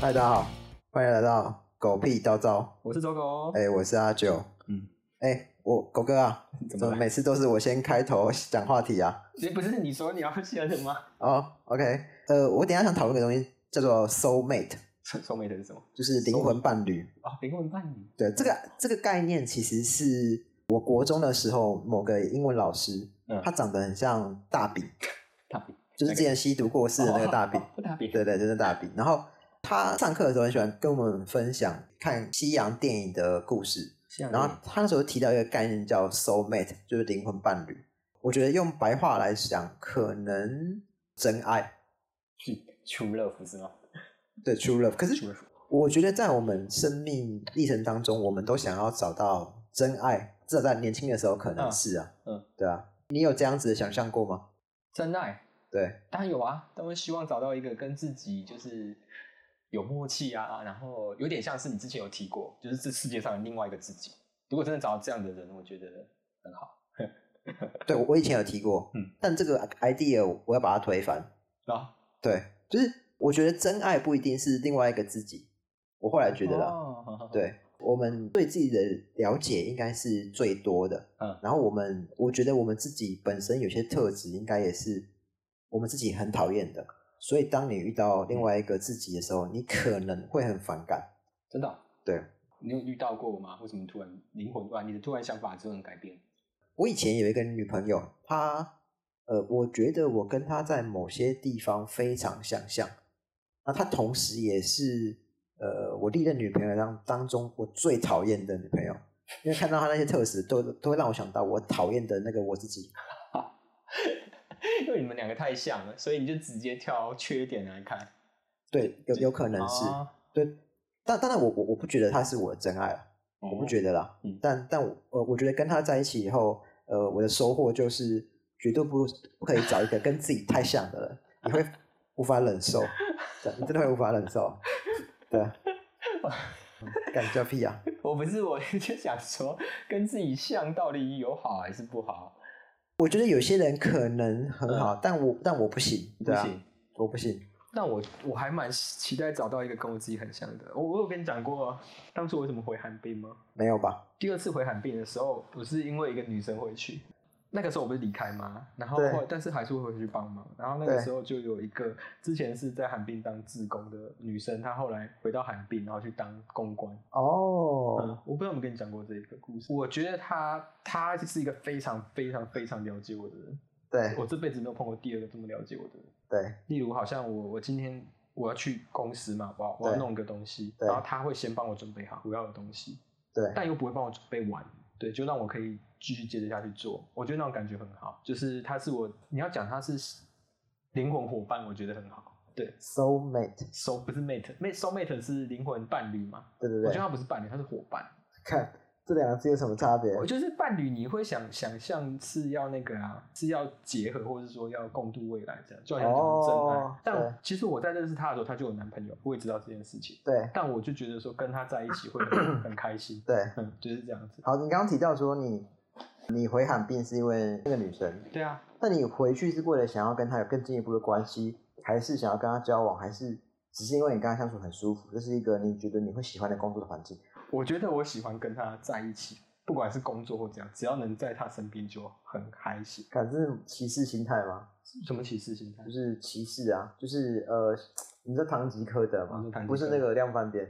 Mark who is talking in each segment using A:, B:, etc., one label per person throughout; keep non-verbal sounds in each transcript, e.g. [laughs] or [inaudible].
A: 大家好，欢迎来到狗屁叨叨。
B: 我是哦走狗，
A: 哎、我是阿九。
B: 嗯，
A: 哎、我狗哥啊，
B: 怎
A: 怎么
B: 么了？
A: 每次都是我先开头讲话题啊？
B: 你不是你说你要先什 [laughs] 么？
A: 哦、o k 呃，我等一下想讨论个东西，叫做 soul mate，
B: 送妹的是什么？
A: 就是灵魂伴侣。
B: 哦，灵魂伴侣。
A: 对，这个这个概念其实是我国中的时候某个英文老师，
B: 嗯
A: 他长得很像大饼，
B: 大饼
A: 就是之前吸毒过世的那个大饼。
B: 哦大饼。
A: 对对，就是大饼。然后他上课的时候很喜欢跟我们分享看西洋电影的故事，
B: 像你，
A: 然后他那时候提到一个概念叫 soul mate，就是灵魂伴侣。我觉得用白话来讲，可能真爱
B: 除了不是吗？
A: 对 true love。可是
B: true love
A: 我觉得在我们生命历程当中，我们都想要找到真爱，至少在年轻的时候可能
B: 嗯
A: 是啊，
B: 嗯，
A: 对啊。你有这样子的想象过吗？
B: 真爱
A: 对，
B: 当然有啊，他们希望找到一个跟自己就是有默契啊，然后有点像是你之前有提过，就是这世界上的另外一个自己。如果真的找到这样的人，我觉得很好。
A: 对我以前有提过，
B: 嗯，
A: 但这个 idea 我要把它推翻，
B: 然后
A: 对，就是我觉得真爱不一定是另外一个自己，我后来觉得啦，
B: 哦，
A: 对我们对自己的了解应该是最多的，
B: 嗯
A: 然后我们我觉得我们自己本身有些特质应该也是我们自己很讨厌的，所以当你遇到另外一个自己的时候，你可能会很反感，
B: 真的哦。
A: 对
B: 你有遇到过吗？为什么突然灵魂突然你的突然想法之后很改变？
A: 我以前有一个女朋友，她呃，我觉得我跟她在某些地方非常相像。那她同时也是呃，我历任女朋友当当中我最讨厌的女朋友，因为看到她那些特质，都都会让我想到我讨厌的那个我自己。
B: [laughs] 因为你们两个太像了，所以你就直接挑缺点来看。
A: 对，有有可能是、
B: 啊
A: 对，但当然我我我不觉得她是我的真爱了，我不觉得啦。
B: 嗯
A: 但但我呃，我觉得跟她在一起以后，呃，我的收获就是绝对不不可以找一个跟自己太像的人，你会
B: [laughs]
A: 无法忍受，真你真的会无法忍受。对啊，感觉屁啊！
B: [laughs] 我不是，我 [laughs] 就想说，跟自己像到底有好还是不好？
A: 我觉得有些人可能很好，但我但我不行，对啊
B: 嗯不，行。
A: 我不行。
B: 那我我还蛮期待找到一个跟我自己很像的。我我有跟你讲过，当初我怎么回韩冰吗？
A: 没有吧？
B: 第二次回韩冰的时候，我是因为一个女生回去，那个时候我不是离开吗？然后
A: 对
B: 后来但是还是会回去帮忙。然后那个
A: 对
B: 时候就有一个之前是在韩冰当志工的女生，她后来回到韩冰，然后去当公关。
A: 哦，
B: 嗯，我不知道有没有跟你讲过这一个故事。我觉得她她就是一个非常非常非常了解我的人，
A: 对
B: 我这辈子没有碰过第二个这么了解我的人。
A: 对
B: 例如，好像我我今天我要去公司嘛，我要我要
A: 对
B: 弄个东西，
A: 对
B: 然后他会先帮我准备好我要的东西，
A: 对，
B: 但又不会帮我准备完，对，就让我可以继续接着下去做。我觉得那种感觉很好，就是他是我，你要讲他是灵魂伙伴，我觉得很好。对
A: soul mate，
B: ，soul 不是 mate，mate soul mate 是灵魂伴侣嘛？
A: 对对
B: 我觉得
A: 对，
B: 他不是伴侣，他是伙伴。
A: 看这两个字有什么差别？
B: 我就是伴侣，你会想想象是要那个啊，是要结合，或者是说要共度未来这样，就好像讲的真爱。
A: 哦对
B: 但其实我在认识他的时候，他就有男朋友，我也知道这件事情。
A: 对
B: 但我就觉得说跟他在一起会很很开心， [laughs]
A: 对。
B: 嗯，就是这样子。
A: 好，你刚刚提到说你你回韩病是因为那个女生，
B: 对啊，
A: 那你回去是为了想要跟她有更进一步的关系，还是想要跟她交往，还是只是因为你跟她相处很舒服，这是一个你觉得你会喜欢的工作的环境？
B: 我觉得我喜欢跟他在一起，不管是工作或怎样，只要能在他身边就很开心。
A: 看这是歧视心态吗？
B: 什么歧视心态 [laughs]
A: 就？是歧视啊，就是呃，你知道堂吉诃德吗
B: 嗯？堂吉诃德
A: 不是那个量贩
B: [laughs]
A: 店，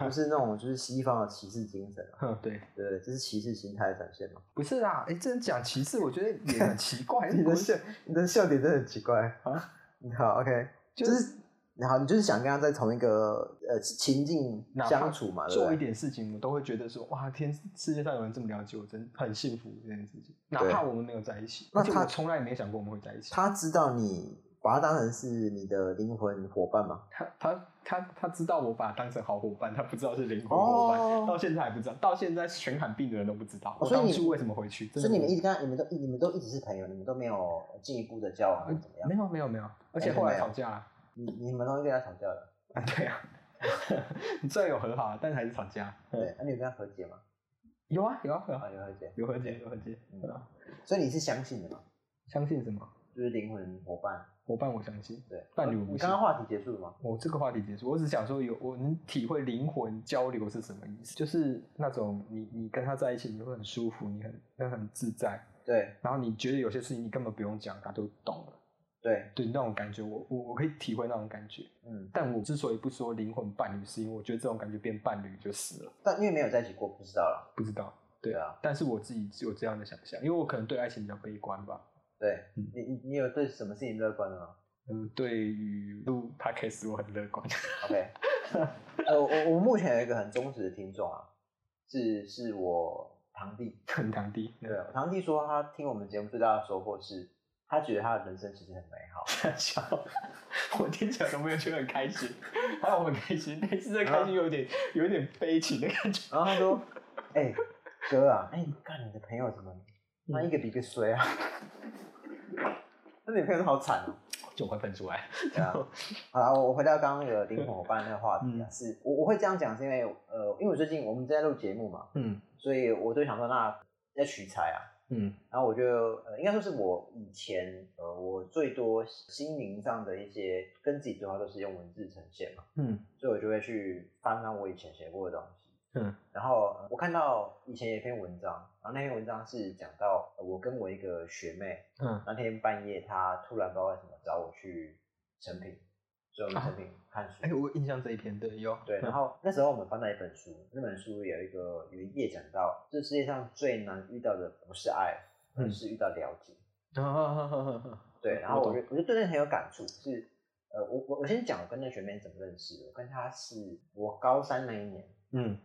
A: 不是那种就是西方的歧视精神、啊，
B: 哼对，
A: 对不对？这是歧视心态的展现吗？
B: 不是啦，哎，这样讲歧视，我觉得也很奇怪。
A: [laughs]
B: [laughs]
A: 你的笑，你的笑点真的很奇怪
B: 哎啊。
A: 你好，OK，
B: 就
A: 就是然后你就是想跟他在同一个呃情境
B: 哪怕
A: 相处嘛，对不
B: 做一
A: 对？
B: 点事情，我都会觉得说，哇，天，世界上有人这么了解我，真很幸福这件事情。哪怕我们没有在一起，
A: 那
B: 而且
A: 他
B: 我从来没想过我们会在一起。
A: 他知道你把他当成是你的灵魂伙伴嘛？
B: 他他他他知道我把他当成好伙伴，他不知道是灵魂伙伴，
A: 哦
B: 到现在还不知道，到现在全喊病的人都不知道、
A: 哦
B: 我
A: 所以
B: 当
A: 你
B: 初为什么回去。真
A: 所
B: 的
A: 以你们
B: 不
A: 一直跟他，你们都你们都一直是朋友，你们都没有进一步的交往或者怎么样？
B: 没有没有没有，而且
A: 哎
B: 后来
A: 没有
B: 吵架了。 [laughs]
A: 你你们都跟他吵架了？
B: 啊，对啊， [laughs] 虽然有和好，但是还是吵架。
A: 对，那、你有跟他和解吗？
B: 有啊有啊有啊
A: 啊，有和解，
B: 有和解有和解。
A: 嗯
B: 对啊
A: 所以你是相信的嘛？
B: 相信什么？
A: 就是灵魂伙伴。
B: 伙伴我相信。
A: 对，
B: 伴侣
A: 呃
B: 我
A: 你
B: 不
A: 刚刚话题结束了吗？
B: 我这个话题结束，我只想说有我能体会灵魂交流是什么意思，就是那种你你跟他在一起，你会很舒服，你很你很自在，
A: 对
B: 然后你觉得有些事情你根本不用讲，他都懂了，
A: 对，
B: 对那种感觉，我我我可以体会那种感觉。
A: 嗯，
B: 但我之所以不说灵魂伴侣，是因为我觉得这种感觉变伴侣就死了，
A: 但因为没有在一起过，不知道了。
B: 不知道。对
A: 对啊，
B: 但是我自己有这样的想象，因为我可能对爱情比较悲观吧。
A: 对
B: 嗯
A: 你你你有对什么事情乐观的吗
B: 嗯，对于录 podcast 我很乐观。 [laughs]
A: ？OK，呃，我我目前有一个很忠实的听众啊，是是我堂弟，
B: 很堂弟，嗯
A: 对啊我堂弟说他听我们节目最大的收获是，他觉得他的人生其实很美好。
B: [laughs] 笑，我听起来都没有觉得很开心，还有我很开心，但是这开心有点有点悲情的感觉。
A: 然后他说：“哎、哥啊，哎、你看你的朋友怎么，那一个比一个衰啊？那你朋友都好惨哦、
B: 就快喷出 [laughs] 来。
A: 对啊，好啦，我我回到刚刚那个灵魂伙伴那个话题啊，
B: 嗯
A: 是我我会这样讲，是因为呃，因为我最近我们在录节目嘛，
B: 嗯
A: 所以我就想说，那要取材啊，
B: 嗯
A: 然后我就呃，应该说是我以前呃，我最多心灵上的一些跟自己对话都是用文字呈现嘛，
B: 嗯
A: 所以我就会去翻翻我以前写过的东西，
B: 嗯
A: 然后呃我看到以前有一篇文章，然后那篇文章是讲到呃我跟我一个学妹，
B: 嗯，
A: 那天半夜她突然不知道为什么找我去成品，所以我们成品看书。
B: 哎、嗯我印象这一篇对有
A: 对，然后那时候我们翻到一本书，那本书有一个有一页讲到，这世界上最难遇到的不是爱，而
B: 嗯
A: 是遇到了解。
B: [laughs] 嗯
A: 对，然后我
B: 懂
A: 就我就对那很有感触，是呃，我我我先讲我跟那学妹怎么认识的，我跟她是我高三那一年，
B: 嗯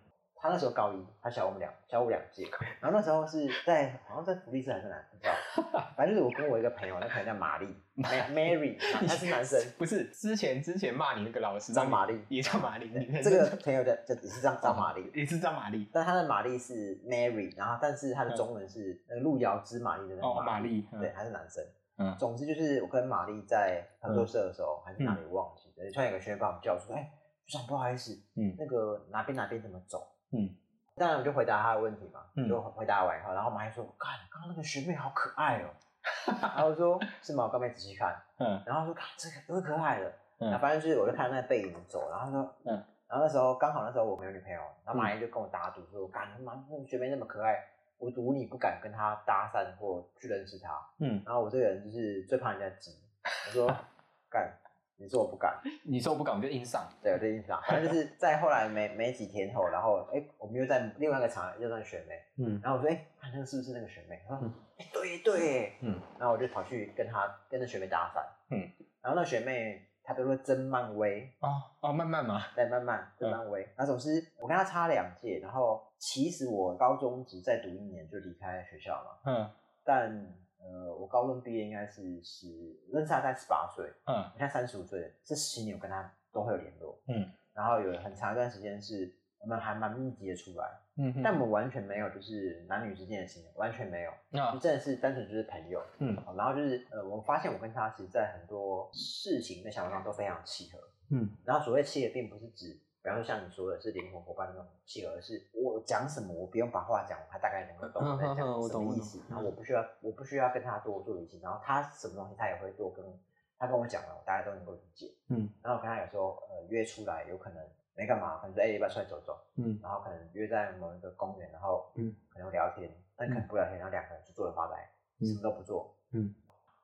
A: 他那时候高一，他小我们两小我两届，然后那时候是在好像在福利社还是哪，不知
B: [laughs]
A: 道，反正就是我跟我一个朋友，那朋友叫玛丽 Ma-，Mary，他是男生，
B: [laughs] 不是之前之前骂你那个老师
A: 张
B: 你
A: 玛丽，
B: 也叫哦玛丽，你
A: 这个朋友叫叫也是张张玛丽，
B: 也是张玛丽
A: 但他的玛丽是 Mary，然后但是他的中文是那个路遥知马力的那
B: 嗯哦
A: 个
B: 玛丽
A: 对，
B: 嗯
A: 他是男生。
B: 嗯
A: 总之就是我跟玛丽在合作社的时候，还是哪里忘记了，突然有个学员把我们叫住，哎，局长不好意思，
B: 嗯
A: 那个哪边哪边怎么走？
B: 嗯，
A: 当然我就回答他的问题嘛，
B: 嗯
A: 就回答完以后，然后我们还说，看刚刚那个学妹好可爱
B: [laughs]
A: 哦、然后我说是吗？我刚没仔细看，
B: 嗯
A: 然后说看这个多可爱的，
B: 嗯
A: 然后反正就是我就看那个背影走，然后他说
B: 嗯。
A: 然后那时候刚好那时候我没有女朋友，然后马丽就跟我打赌说：“干妈那个学妹那么可爱，我赌你不敢跟她搭讪或去认识她。”
B: 嗯，
A: 然后我这个人就是最怕人家急，我
B: [laughs]
A: 说干，你说我不敢，
B: 你说我不敢我就硬上，
A: 对，我就硬上。反正就是在后来没没几天后，然后哎、我们又在另外一个场又在选妹，
B: 嗯
A: 然后我说哎，看、那个是不是那个学妹？她说
B: 嗯
A: 哎、对耶对耶，
B: 嗯
A: 然后我就跑去跟她跟那学妹搭讪，
B: 嗯，
A: 然后那学妹她都说真漫威，
B: 哦哦慢慢嘛，
A: 对，慢慢
B: 嗯
A: 真漫威。那总之我跟她差两届，然后其实我高中只再读一年就离开学校了，
B: 嗯
A: 但。呃，我高中毕业应该是十，认识她在十八岁，
B: 嗯
A: 我现在三十五岁，这十年我跟他都会有联络，
B: 嗯，
A: 然后有很长一段时间是我们还蛮密集的出来，
B: 嗯，
A: 但我们完全没有就是男女之间的情感，完全没有，
B: 那
A: 就真的是单纯就是朋友。
B: 啊嗯
A: 好然后就是呃，我发现我跟他其实在很多事情的想法上都非常契合，
B: 嗯
A: 然后所谓契合，并不是指，比方说像你说的是灵魂伙伴那种契合，是我讲什么我不用把话讲完，他大概能够懂我在讲
B: 嗯嗯嗯我
A: 什
B: 懂
A: 么
B: 我
A: 意
B: 懂
A: 思
B: 嗯，
A: 然后我不需要我不需要跟他多做理解，然后他什么东西他也会多跟他跟我讲完，我大概都能够理解。
B: 嗯，
A: 然后我跟他有时候呃约出来，有可能没干嘛，可能说哎、要不要出来走走，
B: 嗯
A: 然后可能约在某一个公园，然后
B: 嗯
A: 可能聊天，但可能不聊天，然后两个人就坐着发呆，
B: 嗯
A: 什么都不做，
B: 嗯，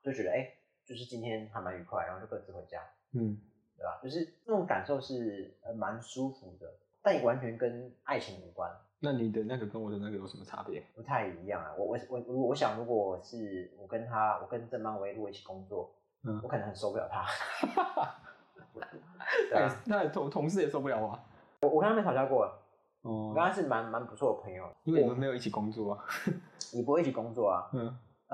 A: 就觉得哎、就是今天还蛮愉快，然后就各自回家。
B: 嗯
A: 对吧？就是那种感受是呃蛮舒服的，但也完全跟爱情无关，
B: 那你的那个跟我的那个有什么差别？
A: 不太一样啊。我我我我我想，如果是我跟他，我跟郑邦威如果一起工作，
B: 嗯
A: 我可能很受不了他。对
B: [laughs]
A: 啊，
B: 那同同事也受不了啊。
A: 我我跟他没吵架过，啊我
B: 哦
A: 跟他是蛮蛮不错的朋友，
B: 因为你们没有一起工作啊。 [laughs]
A: 也不会一起工作啊。
B: 嗯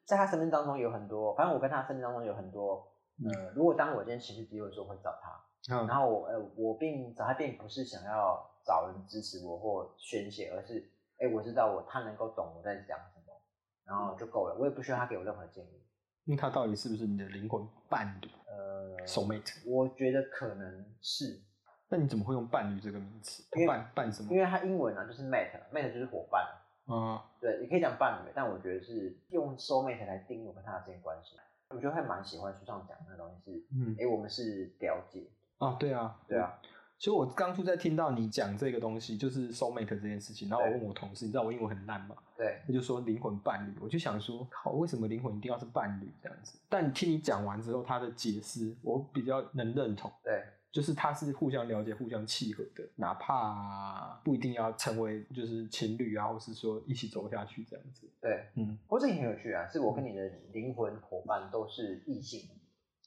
A: 在他生命当中有很多，反正我跟他生命当中有很多，呃，如果当我今天情绪低落的时候会找他，
B: 嗯
A: 然后我呃，我并找他并不是想要找人支持我或宣泄，而是哎、我知道我他能够懂我在讲什么，然后就够了，我也不需要他给我任何建议。
B: 那他到底是不是你的灵魂伴侣
A: 呃，
B: soulmate？
A: 我觉得可能是
B: 那你怎么会用伴侣这个名词
A: 因为？
B: 伴伴什么
A: 因？为他英文啊，就是 mate，mate 就是伙伴，
B: 啊，
A: 对，也可以讲伴侣，但我觉得是用 soul mate 来定我跟他的之间关系。我觉得还蛮喜欢书上讲的那东西是，
B: 嗯
A: 哎、，我们是了解，
B: 啊，对啊，
A: 对啊，
B: 其实我当初在听到你讲这个东西，就是 soul mate 这件事情，然后我
A: 对
B: 问我同事，你知道我英文很烂吗？
A: 对，
B: 他就说灵魂伴侣，我就想说，靠，为什么灵魂一定要是伴侣这样子？但听你讲完之后，他的解释我比较能认同，
A: 对，
B: 就是他是互相了解、互相契合的，哪怕不一定要成为就是情侣啊，或是说一起走下去这样子。
A: 对，
B: 嗯，
A: 不过这也很有趣啊，是我跟你的灵魂伙伴都是异性，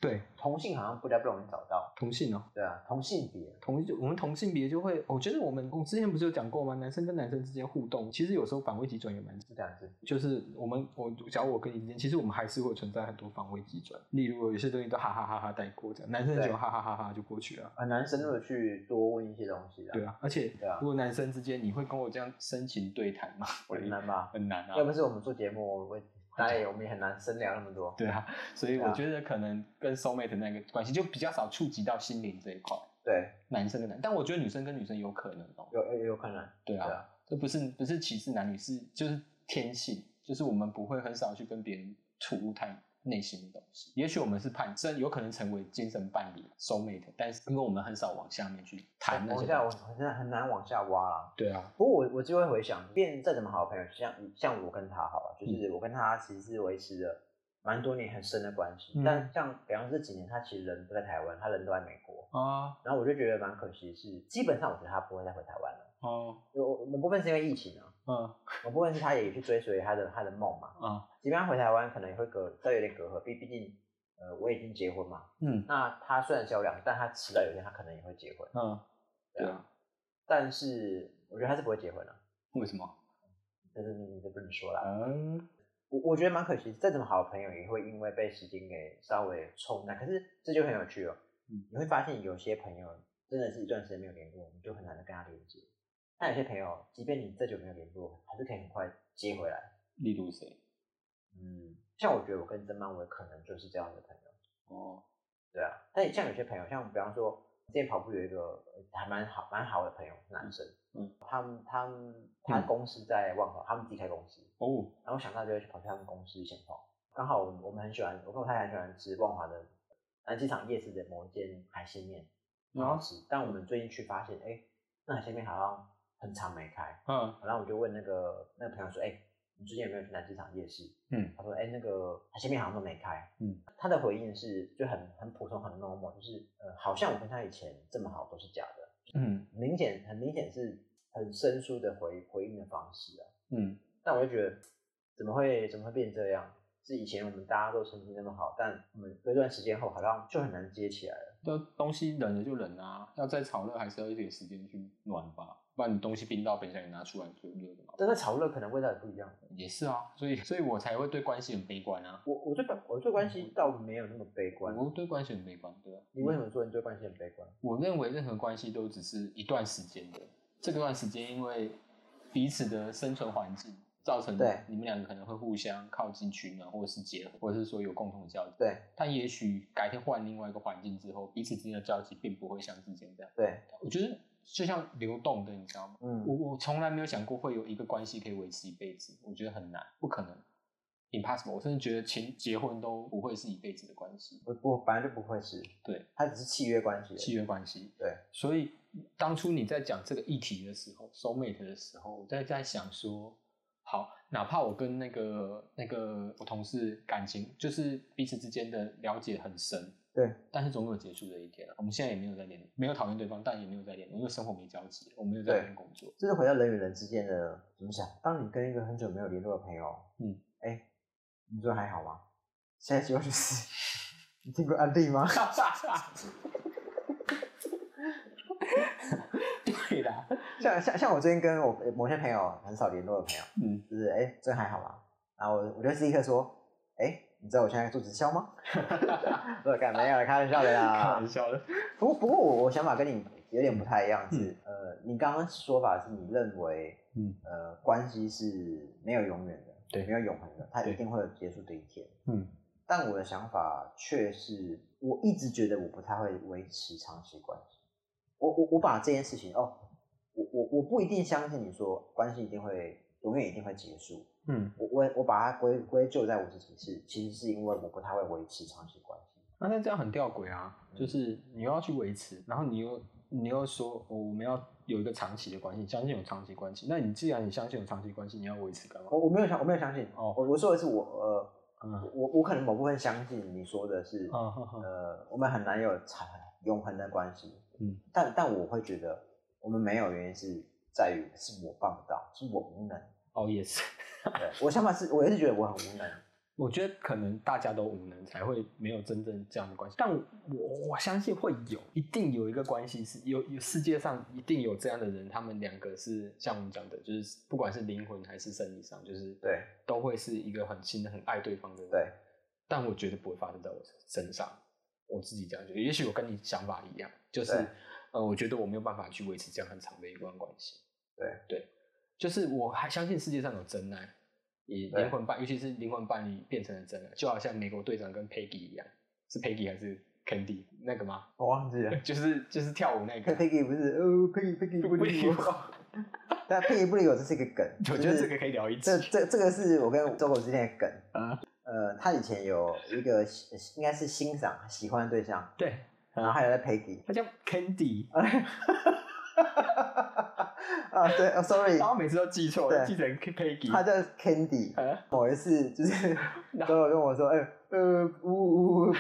B: 对，
A: 同性好像不太不容易找到，
B: 同性哦、
A: 对啊，同性别，
B: 同我们同性别就会，我觉得我们我之前不是有讲过吗？男生跟男生之间互动，其实有时候反胃急转也蛮
A: 是这样子，
B: 就是我们我假如我跟你之间，其实我们还是会存在很多防卫机转，例如有些东西都哈哈哈哈带过，这样男生就
A: 对
B: 哈哈哈哈就过去了。
A: 很难深入的去多问一些东西啊，
B: 对啊，而且
A: 对啊
B: 如果男生之间，你会跟我这样深情对谈吗？我的
A: 很难吧？
B: [laughs] 很难啊
A: 要。不是我们做节目，我大概我们也很难深聊那么多，
B: 对啊，所以
A: 对啊
B: 我觉得可能跟 soul mate 那个关系就比较少触及到心灵这一块，
A: 对，
B: 男生跟男，但我觉得女生跟女生有可能哦。
A: 有有有可能，
B: 对
A: 对
B: 啊，
A: 啊，
B: 这不是不是歧视男女，是就是天性，就是我们不会很少去跟别人吐露太内心的东西。也许我们是伴，甚有可能成为精神伴侣 soul mate，但是因为我们很少往下面去谈那
A: 往
B: 些
A: 下
B: 东
A: 我
B: 西。
A: 真的很难往下挖啦。
B: 对啊，
A: 不过我我就会回想，变再怎么好的朋友，像像我跟他好了，
B: 嗯
A: 就是我跟他其实是维持了蛮多年很深的关系。
B: 嗯
A: 但像比方说这几年，他其实人不在台湾，他人都在美国，
B: 啊
A: 然后我就觉得蛮可惜的是，基本上我觉得他不会再回台湾了。
B: 哦
A: 有某部分是因为疫情啊，
B: 嗯
A: 某部分是他也去追随他的他的梦嘛。
B: 啊
A: 即便他回台湾，可能也会隔稍微有点隔阂，毕毕竟呃我已经结婚嘛。
B: 嗯
A: 那他虽然小两，但他迟早有一天他可能也会结婚。
B: 嗯，对
A: 对
B: 啊
A: 啊，但是我觉得他是不会结婚了、
B: 为什么？
A: 但是你你就不能说啦。
B: 嗯
A: 我我觉得蛮可惜，再怎么好的朋友也会因为被时间给稍微冲淡。可是这就很有趣哦，
B: 嗯
A: 你会发现有些朋友真的是一段时间没有联络，你就很难的跟他连接。但有些朋友，即便你再久没有联络，还是可以很快接回来。
B: 例如谁？
A: 嗯，像我觉得我跟曾曼伟可能就是这样的朋友，
B: 哦
A: 对啊。但像有些朋友，像比方说之前跑步有一个呃还蛮好蛮好的朋友，男生，
B: 嗯，
A: 他们他们他
B: 嗯
A: 公司在万华，他们自己开公司，
B: 哦
A: 然后想到就会去跑去他们公司闲逛。刚好我们我们很喜欢，我跟我太太很喜欢吃万华的南机场夜市的某一间海鲜面，
B: 嗯
A: 很好吃。但我们最近去发现，哎，那海鲜面好像很长没开。
B: 嗯
A: 然后我们就问那个那个朋友说，哎，你最近有没有去南机场夜市？
B: 嗯
A: 他说，哎，那个海鲜面好像都没开。
B: 嗯，
A: 他的回应是就很很普通很 normal，就是呃，好像我跟他以前这么好都是假的，
B: 嗯
A: 明显很明显是很生疏的回回应的方式啊。
B: 嗯
A: 但我就觉得，怎么会怎么会变这样？是以前我们大家都成绩那么好，但我们隔一段时间后好像就很难接起来了。
B: 那东西冷了就冷啊，要再炒热还是要一点时间去暖吧，不然你东西冰到冰箱里拿出来就热的嘛。
A: 但在炒热可能味道也不一样。
B: 也是啊，所以所以我才会对关系很悲观啊。
A: 我我对关我对关
B: 嗯
A: 系倒没有那么悲观。
B: 我对关系很悲观，对吧、
A: 你为什么说你对关系很悲观？
B: 我认为任何关系都只是一段时间的，这段时间因为彼此的生存环境造成
A: 对
B: 你们两个可能会互相靠近取暖，或者是结合，或者是说有共同的交集。
A: 对
B: 但也许改天换另外一个环境之后，彼此之间的交集并不会像之前这样。
A: 对，
B: 我觉得就像流动的，你知道吗？我
A: 嗯，
B: 我从来没有想过会有一个关系可以维持一辈子，我觉得很难，不可能，impossible。我甚至觉得情结婚都不会是一辈子的关系，
A: 我我本来就不会是，
B: 对，
A: 它只是契约关系而已。
B: 契约关系。
A: 对，
B: 所以当初你在讲这个议题的时候，soul mate 的时候，我在在想说，好，哪怕我跟那个那个我同事感情就是彼此之间的了解很深，
A: 对，
B: 但是总有结束的一天啊。我们现在也没有在联，没有讨厌对方，但也没有在联络，因为生活没交集，我没有在
A: 对
B: 那边工作。
A: 这是回到人与人之间的怎么讲？当你跟一个很久没有联络的朋友，
B: 嗯，
A: 哎，你说还好吗？下一句话就是， [laughs] 你听过案例吗？ [laughs]
B: 对啦，
A: 像像像我最近跟我某些朋友很少联络的朋友，
B: 嗯，
A: 就是哎、这还好吗？然后我我就立刻说，哎、你知道我现在在做直销吗？ [laughs] 我说干没有啦，开玩笑的
B: 开 [laughs]
A: 啦
B: 玩。笑的，
A: 不过不过我我想法跟你有点不太一样是，呃，你刚刚说法是你认为，
B: 嗯
A: 呃，关系是没有永远的，
B: 对
A: 没有永恒的，它
B: 对
A: 一定会有结束的一天。
B: 嗯
A: 但我的想法却是，我一直觉得我不太会维持长期关系。我我我把这件事情哦，我我我不一定相信你说关系一定会永远一定会结束。
B: 嗯，
A: 我我我把它归归咎在我自己是，其实是因为我不太会维持长期关系。
B: 那、那这样很吊诡啊，
A: 嗯
B: 就是你又要去维持，然后你又你又说、哦我们要有一个长期的关系，你相信有长期关系，那你既然你相信有长期关系，你要维持干嘛？
A: 我我没有相我没有相信
B: 哦
A: 我我说的是我呃
B: 嗯
A: 我我可能某部分相信你说的是、
B: 嗯哼哼
A: 呃我们很难有长永恒的关系，
B: 嗯，
A: 但但我会觉得我们没有原因是在于是我办不到，是我无能。
B: 哦也是，
A: 对，我想法是我一直觉得我很无能。
B: 我觉得可能大家都无能，才会没有真正这样的关系。但我我我相信会有，一定有一个关系是有有世界上一定有这样的人，他们两个是像我们讲的，就是不管是灵魂还是生理上，就是
A: 对
B: 都会是一个很亲的、很爱对方的人。
A: 对，
B: 但我觉得不会发生在我身上，我自己这样觉得。也许我跟你想法一样，就是
A: 对
B: 呃，我觉得我没有办法去维持这样很长的一段关系。
A: 对
B: 对，就是我还相信世界上有真爱，以
A: 对
B: 灵魂伴，尤其是灵魂伴侣变成了真爱，就好像美国队长跟 Peggy 一样，是 Peggy 还是 Candy 那个吗？ [laughs]
A: 我忘 [laughs] 记了。
B: 就是就是跳舞那个。
A: Peggy 不是哦，Peggy Peggy 不理我，但 Peggy 不理我这是一个梗，
B: [laughs] 我觉
A: 就
B: 得
A: 是
B: 这个可以聊一
A: 这
B: 次。
A: 这这个是我跟周狗之间的
B: [laughs]
A: 梗
B: 啊。
A: 呃，他以前有一个应该是欣赏喜欢的对象，
B: 对，
A: 然后还有在 Peggy
B: 他叫 Candy，
A: 哎啊，对、哦、，sorry，
B: [laughs] 然后每次都记错，
A: 对
B: 记成
A: 他
B: Peggy。
A: 叫 Candy。
B: 啊
A: 某一次就是
B: 那
A: 周狗跟我说，哎、呃，呜呜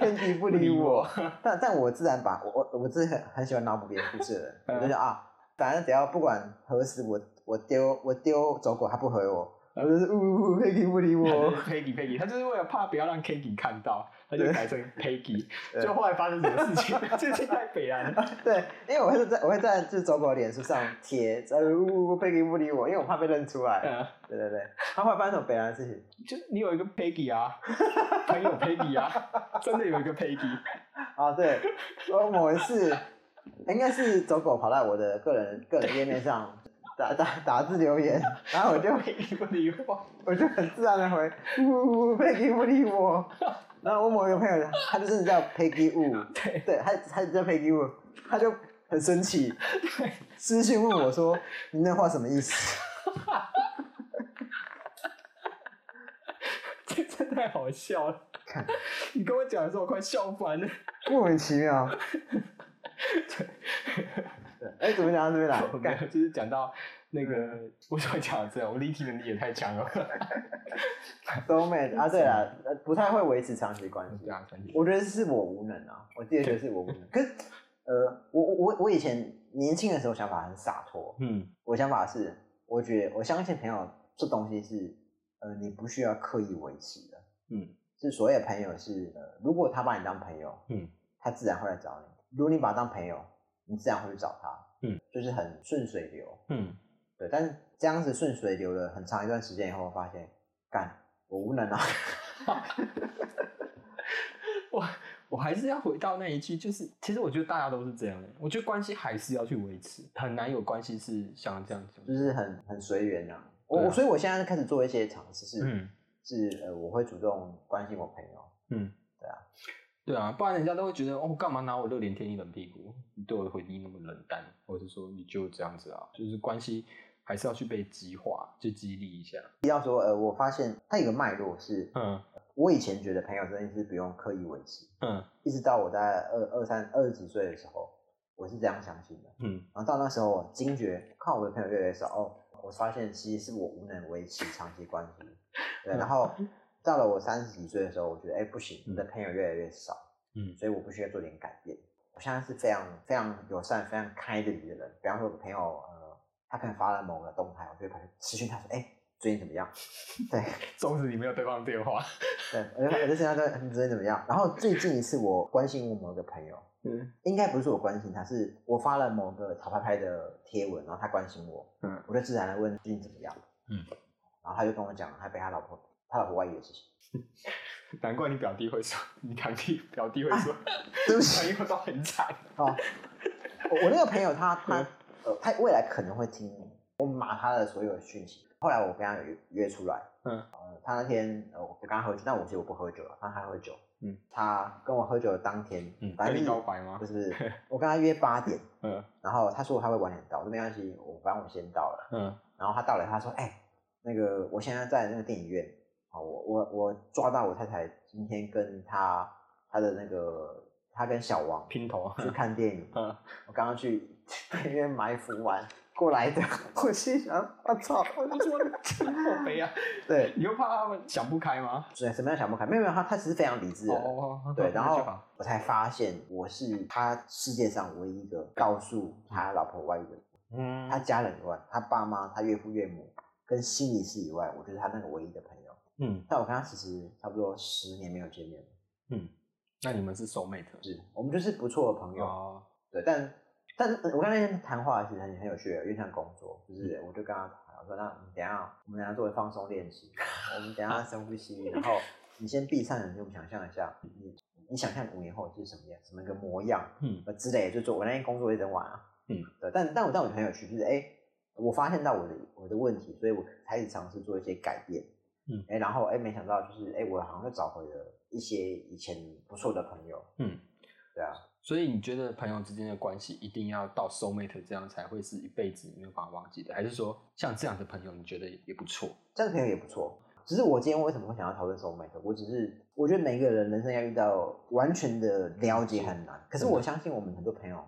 A: ，Candy 不理我，但但我自然把我我我自己很很喜欢脑补别人故事的人，[laughs]
B: 嗯
A: 我就想啊，反正只要不管何时我我丢我丢走狗，他不回我，我就是呜呜呜，Peggy 不理我 [laughs]
B: 我 Peggy Peggy，他就是为了怕不要让 Peggy 看到，他就
A: 对
B: 改成 [laughs] Peggy。
A: 对
B: 就后来发生什么事情？ [laughs] 这是太北岸 [laughs] 了。
A: 对，因为我会在我会在就是走狗的脸书上贴，呃呜呜呜，Peggy 不理我，因为我怕被认出来。
B: 呃，
A: 对对对，他会发生什么北兰的事情？
B: 就你有一个 Peggy 啊，朋友 Peggy 啊，真的有一个 Peggy。 [laughs]
A: 啊，对，我某一次应该是走狗跑到我的个人个人页面上打打打字留言，然后我就
B: Peggy 不理我，
A: 我就很自然的回，呜呜，Peggy 不理我。然后我某一个朋友，他就真的叫 Peggy Wu，
B: [laughs] 对
A: 对他他就叫 Peggy Wu，他就很生气，
B: 对，
A: 私信问我说：“你那话什么意思
B: 这真的太好笑了。 [laughs] 你跟我讲的时候，我快笑翻了。？”
A: 莫名其妙。对哎，怎么讲到这边
B: [laughs]
A: 来
B: 啊我？没
A: 干
B: 有，就是讲到那个，为什么讲到这？我立体能力也太强了。
A: 都没啊？对了，呃不太会维持长期关系
B: 这。样感觉，
A: 我觉得是我无能啊，我自己觉得是我无能。可是，呃，我我我我以前年轻的时候想法很洒脱，
B: [laughs] 嗯，
A: 我想法是，我觉得我相信朋友这东西是，呃，你不需要刻意维持的。
B: 嗯，
A: 是所谓的朋友是，呃，如果他把你当朋友，
B: 嗯，
A: 他自然会来找你；如果你把他当朋友，你自然会去找他。
B: 嗯，
A: 就是很顺水流。
B: 嗯，
A: 对，但是这样子顺水流了很长一段时间以后，发现，干，我无能啊。
B: 我我还是要回到那一句，就是其实我觉得大家都是这样的，我觉得关系还是要去维持，很难有关系是像这样子。
A: 就是很很随缘啊。我、
B: 对啊
A: 我所以我现在开始做一些尝试，是、
B: 嗯
A: 是呃，我会主动关心我朋友。
B: 嗯，
A: 对啊，
B: 对啊，不然人家都会觉得哦，干嘛拿我热脸贴你冷屁股？你对我的回应那么冷淡，或者说你就这样子啊，就是关系还是要去被激化，去激励一下。
A: 提到说呃，我发现它有个脉络是，
B: 嗯
A: 我以前觉得朋友这件事不用刻意维持，
B: 嗯
A: 一直到我在二二三二十几岁的时候，我是这样相信的。
B: 嗯，
A: 然后到那时候我惊觉，看我的朋友越来越少，哦，我发现其实是我无能维持长期关系。对，
B: 嗯
A: 然后到了我三十几岁的时候，我觉得哎不行，
B: 嗯
A: 我的朋友越来越少，
B: 嗯
A: 所以我必须要做点改变。我现在是非常非常友善、非常开的一个人。比方说，我的朋友呃，他可能发了某个动态，我就会跑去私讯他说，哎。最近怎么样？对
B: 纵使你没有对方电话，
A: 对，我就我就现在说嗯你最近怎么样？然后最近一次我关心我某个朋友，
B: 嗯
A: 应该不是我关心他，是我发了某个草拍拍的贴文，然后他关心我，
B: 嗯，
A: 我就自然的问最近怎么样，
B: 嗯，
A: 然后他就跟我讲他被他老婆他老婆外遇的事情， [laughs]
B: 难怪你表弟会说，你堂弟表弟会说，
A: 对不起
B: 朋友都很惨。
A: 哦，我我那个朋友他
B: 嗯
A: 他呃他未来可能会听我码他的所有讯息，后来我跟他约约出来，
B: 嗯
A: 呃，他那天呃我跟他喝酒，但我其实我不喝酒了，但他喝酒，
B: 嗯，
A: 他跟我喝酒的当天，
B: 嗯，
A: 反
B: 跟
A: 正
B: 你
A: 就
B: 告
A: 是
B: 白吗
A: 不？是
B: [laughs]
A: 不是，我跟他约八点，
B: 嗯
A: 然后他说他会晚点到，我说没关系，我反正我先到了。
B: 嗯
A: 然后他到了，他说：“哎、那个我现在在那个电影院，好，我我我抓到我太太今天跟她她的那个她跟小王
B: 拼 [laughs] 头，啊
A: 去看电影，
B: 嗯，
A: 我刚刚去电影院埋伏完过来的，我心想，我、操，我就说，
B: 好悲啊！
A: [laughs] 对，
B: 你又怕他们想不开吗？
A: 什什么样想不开？没有没有，他他只是非常理智的人，
B: 哦， [laughs]
A: 对，然
B: 那
A: 后
B: 就好
A: 我才发现我是他世界上唯一一个告诉他老婆外遇的人，
B: 嗯，
A: 他家人以外，他爸妈、他岳父岳母跟心理师以外，我就是他那个唯一的朋友。
B: 嗯，
A: 但我跟他其实差不多十年没有见面了，
B: 那你们是 soul mate
A: 是我们就是不错的朋友，
B: 哦，
A: 对，但。但是呃我刚才跟他谈话其实很很有趣，有点像工作，就是我就跟他谈，我说那你等一下哦我们等一下做放松练习，我们等一下深呼吸，然后你先闭上眼睛，我们想象一下，你你想象五年后是什么样，什么一个模样，
B: 嗯
A: 呃之类，就做我那天工作一整晚啊。
B: 嗯，
A: 对，但但我但我觉得很有趣，就是哎、诶我发现到我的我的问题，所以我开始尝试做一些改变。
B: 嗯
A: 哎、然后哎、诶没想到就是哎、诶我好像又找回了一些以前不错的朋友。
B: 嗯，
A: 对啊，
B: 所以你觉得朋友之间的关系一定要到 soul mate 这样才会是一辈子没有办法忘记的，还是说像这样的朋友你觉得也不 [laughs] 错？
A: 这样的朋友也不错。只是我今天为什么会想要讨论 soul mate？我只是我觉得每一个人人生要遇到完全的了解很难，可是我相信我们很多朋友，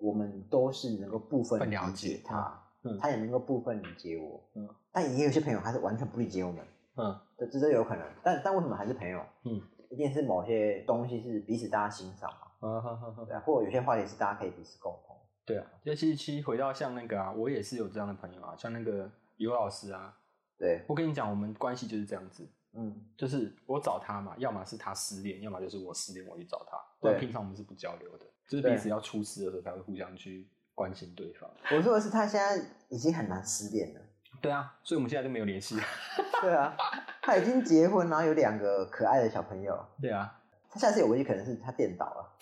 A: 我们都是能够部分
B: 分了
A: 理解
B: 解
A: 他，
B: 嗯嗯
A: 他也能够部分理解我，
B: 嗯，
A: 但也有些朋友他是完全不理解我们，
B: 嗯
A: 这这都有可能。但但为什么还是朋友？
B: 嗯，
A: 一定是某些东西是彼此大家欣赏嘛，
B: 啊，
A: 对啊，或者有些话题是大家可以彼此共同。
B: 对啊，尤其其实回到像那个啊，我也是有这样的朋友啊，像那个尤老师啊，
A: 对，
B: 我跟你讲，我们关系就是这样子，
A: 嗯，
B: 就是我找他嘛，要么是他失恋，要么就是我失恋我去找他，不
A: 对
B: 然平常我们是不交流的，就是
A: 对
B: 彼此要出事的时候才会互相去关心对方。
A: 我说的是他现在已经很难失恋了。
B: 对啊，所以我们现在就没有
A: [laughs]
B: 联系。
A: 对啊，他已经结婚，然后有两个可爱的小朋友。
B: 对啊，
A: 他下次有危机可能是他电啊倒了。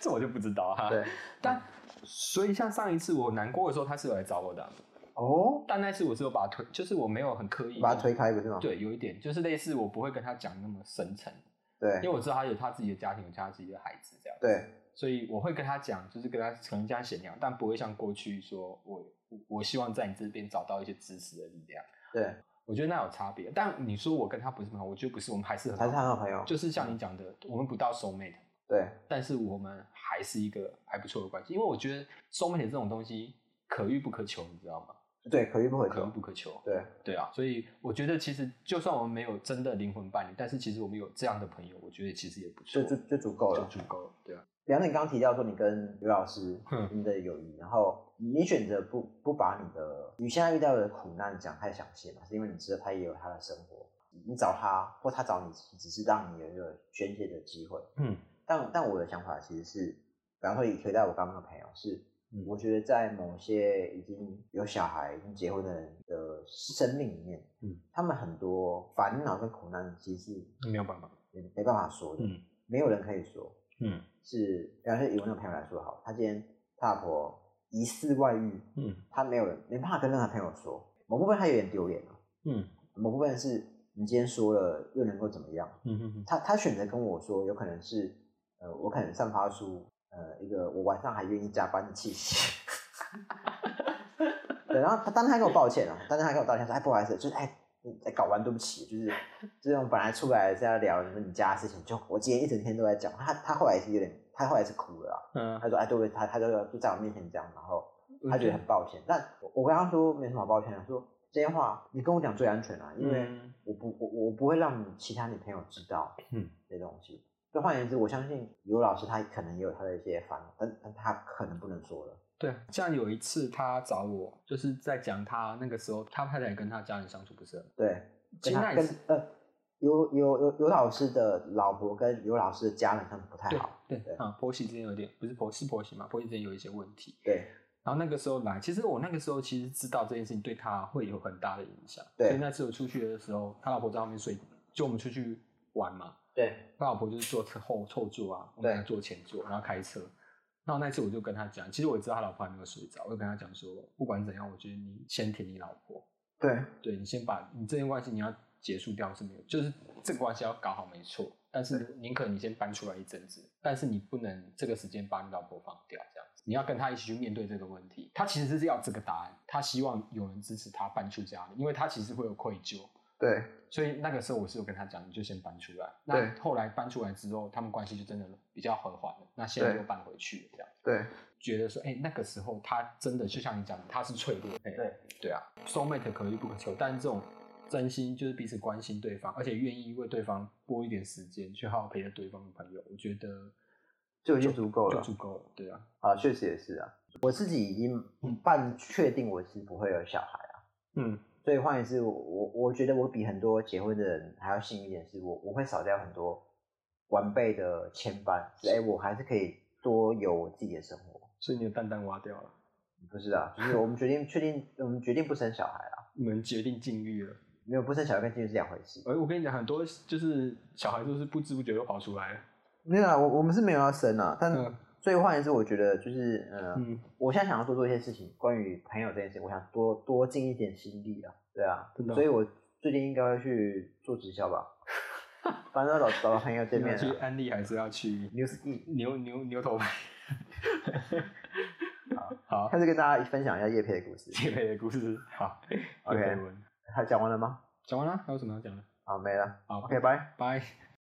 B: 这我就不知道哈、，
A: 对，
B: 但所以像上一次我难过的时候，他是有来找我的啊、
A: 哦，
B: 但那次我是有把他推，就是我没有很刻意
A: 把他推。开不是吗？
B: 对，有一点就是类似我不会跟他讲那么深层，因为
A: 对
B: 我知道他有他自己的家庭，有他自己的孩子这样。
A: 对
B: 所以我会跟他讲，就是跟他可能这样闲聊，但不会像过去说我我我希望在你这边找到一些支持的力量。
A: 对，
B: 我觉得那有差别。但你说我跟他不是很好，我觉得不是，我们还是很
A: 他
B: 好，
A: 是他的朋友。
B: 就是像你讲的，我们不到 soul mate，
A: 对
B: 但是我们还是一个还不错的关系。因为我觉得 soul mate 这种东西可遇不可求，你知道吗？
A: 对，可遇不可
B: 可遇
A: 求。
B: 不可求。
A: 对
B: 对啊，所以我觉得其实就算我们没有真的灵魂伴侣，但是其实我们有这样的朋友，我觉得其实也不错，
A: 就就就足够
B: 就
A: 了。
B: 足够了。对啊，
A: 梁你刚刚提到说你跟刘老师
B: 嗯
A: 你们的友谊，然后你选择不不把你的你现在遇到的苦难讲太详细嘛，是因为你知道他也有他的生活，你找他或他找你，只是让你有一个宣泄的机会。
B: 嗯
A: 但但我的想法其实是，比方说以回到我刚刚的朋友，是
B: 嗯
A: 我觉得在某些已经有小孩、已经结婚的人的生命里面，
B: 嗯，
A: 他们很多烦恼跟苦难其实
B: 没有办法。
A: 是没办法说的，
B: 嗯
A: 没有人可以说。
B: 嗯
A: 是，比方说以我那个朋友来说好，他今天他老婆疑似外遇，
B: 嗯
A: 他没有人没办法跟任何朋友说，某部分他有点丢脸啊，
B: 嗯
A: 某部分是你今天说了又能够怎么样？
B: 嗯嗯
A: 他他选择跟我说，有可能是呃，我可能散发出呃一个我晚上还愿意加班的气息。 [laughs] 对，然后他当然他跟我抱歉了、当然他跟我道歉说，哎，不好意思，就是哎，你哎搞完对不起，就是就是我们本来出来是要聊你们家的事情，就我今天一整天都在讲，他他后来是有点，他后来是哭了啦，
B: 嗯，
A: 他说哎，对不起，他他就就在我面前这样，然后
B: 我
A: 他觉得很抱歉，但我我跟他说没什么好抱歉的，说这些话你跟我讲最安全啊，因为。
B: 嗯
A: 我不我我不会让其他女朋友知道，
B: 嗯，
A: 这些东西。就换言之，我相信尤老师他可能也有他的一些烦恼，但但他可能不能说了。
B: 对，啊像有一次他找我，就是在讲他那个时候他太太跟他家人相处不是很好，
A: 对，跟
B: 其实
A: 他
B: 那也
A: 跟
B: 是
A: 呃尤尤尤尤老师的老婆跟尤老师的家人他们不太
B: 对
A: 好。
B: 对
A: 对
B: 啊，婆媳之间有点不是婆是婆媳嘛，婆媳之间有一些问题。
A: 对
B: 然后那个时候来，其实我那个时候其实知道这件事情对他会有很大的影响，
A: 对
B: 所以那次我出去的时候，他老婆在外面睡，就我们出去玩嘛，
A: 对
B: 他老婆就是坐车后后座啊，我
A: 对
B: 们坐前座，然后开车。然后那次我就跟他讲，其实我知道他老婆还没有睡着，我就跟他讲说，不管怎样，我觉得你先挺你老婆，
A: 对
B: 对你先把你这段关系你要结束掉是没有，就是这个关系要搞好没错，但是宁可你先搬出来一阵子，但是你不能这个时间把你老婆放掉这样子。你要跟他一起去面对这个问题。他其实是要这个答案，他希望有人支持他搬出家里，因为他其实会有愧疚。
C: 对，
B: 所以那个时候我是有跟他讲，你就先搬出来。
C: 对
B: 那后来搬出来之后，他们关系就真的比较和缓了。那现在
C: 对
B: 又搬回去了，这样
C: 对，
B: 觉得说，哎、那个时候他真的就像你讲的，他是脆弱的。哎
C: 对
B: 对啊，soul mate 可遇不可求，但是这种真心就是彼此关心对方，而且愿意为对方拨一点时间去好好陪着对方的朋友，我觉得
C: 就已经足够
B: 就
C: 了
B: 足够了。对啊，
C: 啊，确实也是啊。嗯
A: 我自己已经半确定我是不会有小孩啊，
B: 嗯，
A: 所以换言之，我我我觉得我比很多结婚的人还要幸运一点，是我我会少掉很多晚辈的牵绊，是哎、我还是可以多有我自己的生活。
B: 所以你的蛋蛋挖掉了，
A: 不是啊，就是我们决定确定，我们决定不生小孩啊，
B: 你们决定禁欲了。
A: 没有不生小孩跟结婚是两回事。
B: 哎，我跟你讲，很多就是小孩都是不知不觉就跑出来了。
A: 没有啊，我我们是没有要生啊，但
B: 嗯
A: 所以换言之，我觉得就是呃，
B: 嗯，
A: 我现在想要多做一些事情，关于朋友这件事情，我想多多尽一点心力啊，对啊
B: 真的，哦
A: 所以我最近应该会去做直
B: [laughs]
A: 销吧，反正要找找到朋友见
B: 你
A: 面啊
B: 要去
A: 了。
B: 安利还是要去
A: New Ski，
B: 牛牛牛头牌？ [laughs] 好，
A: 开始跟大家分享一下叶佩的
B: [laughs]
A: 故事。
B: 这辈的故事好
A: OK
B: 有绯闻
A: 他讲完了吗？
B: 讲完了，还有什么要讲的？
A: 好，没了。
B: 好
A: OK，拜。
B: 拜。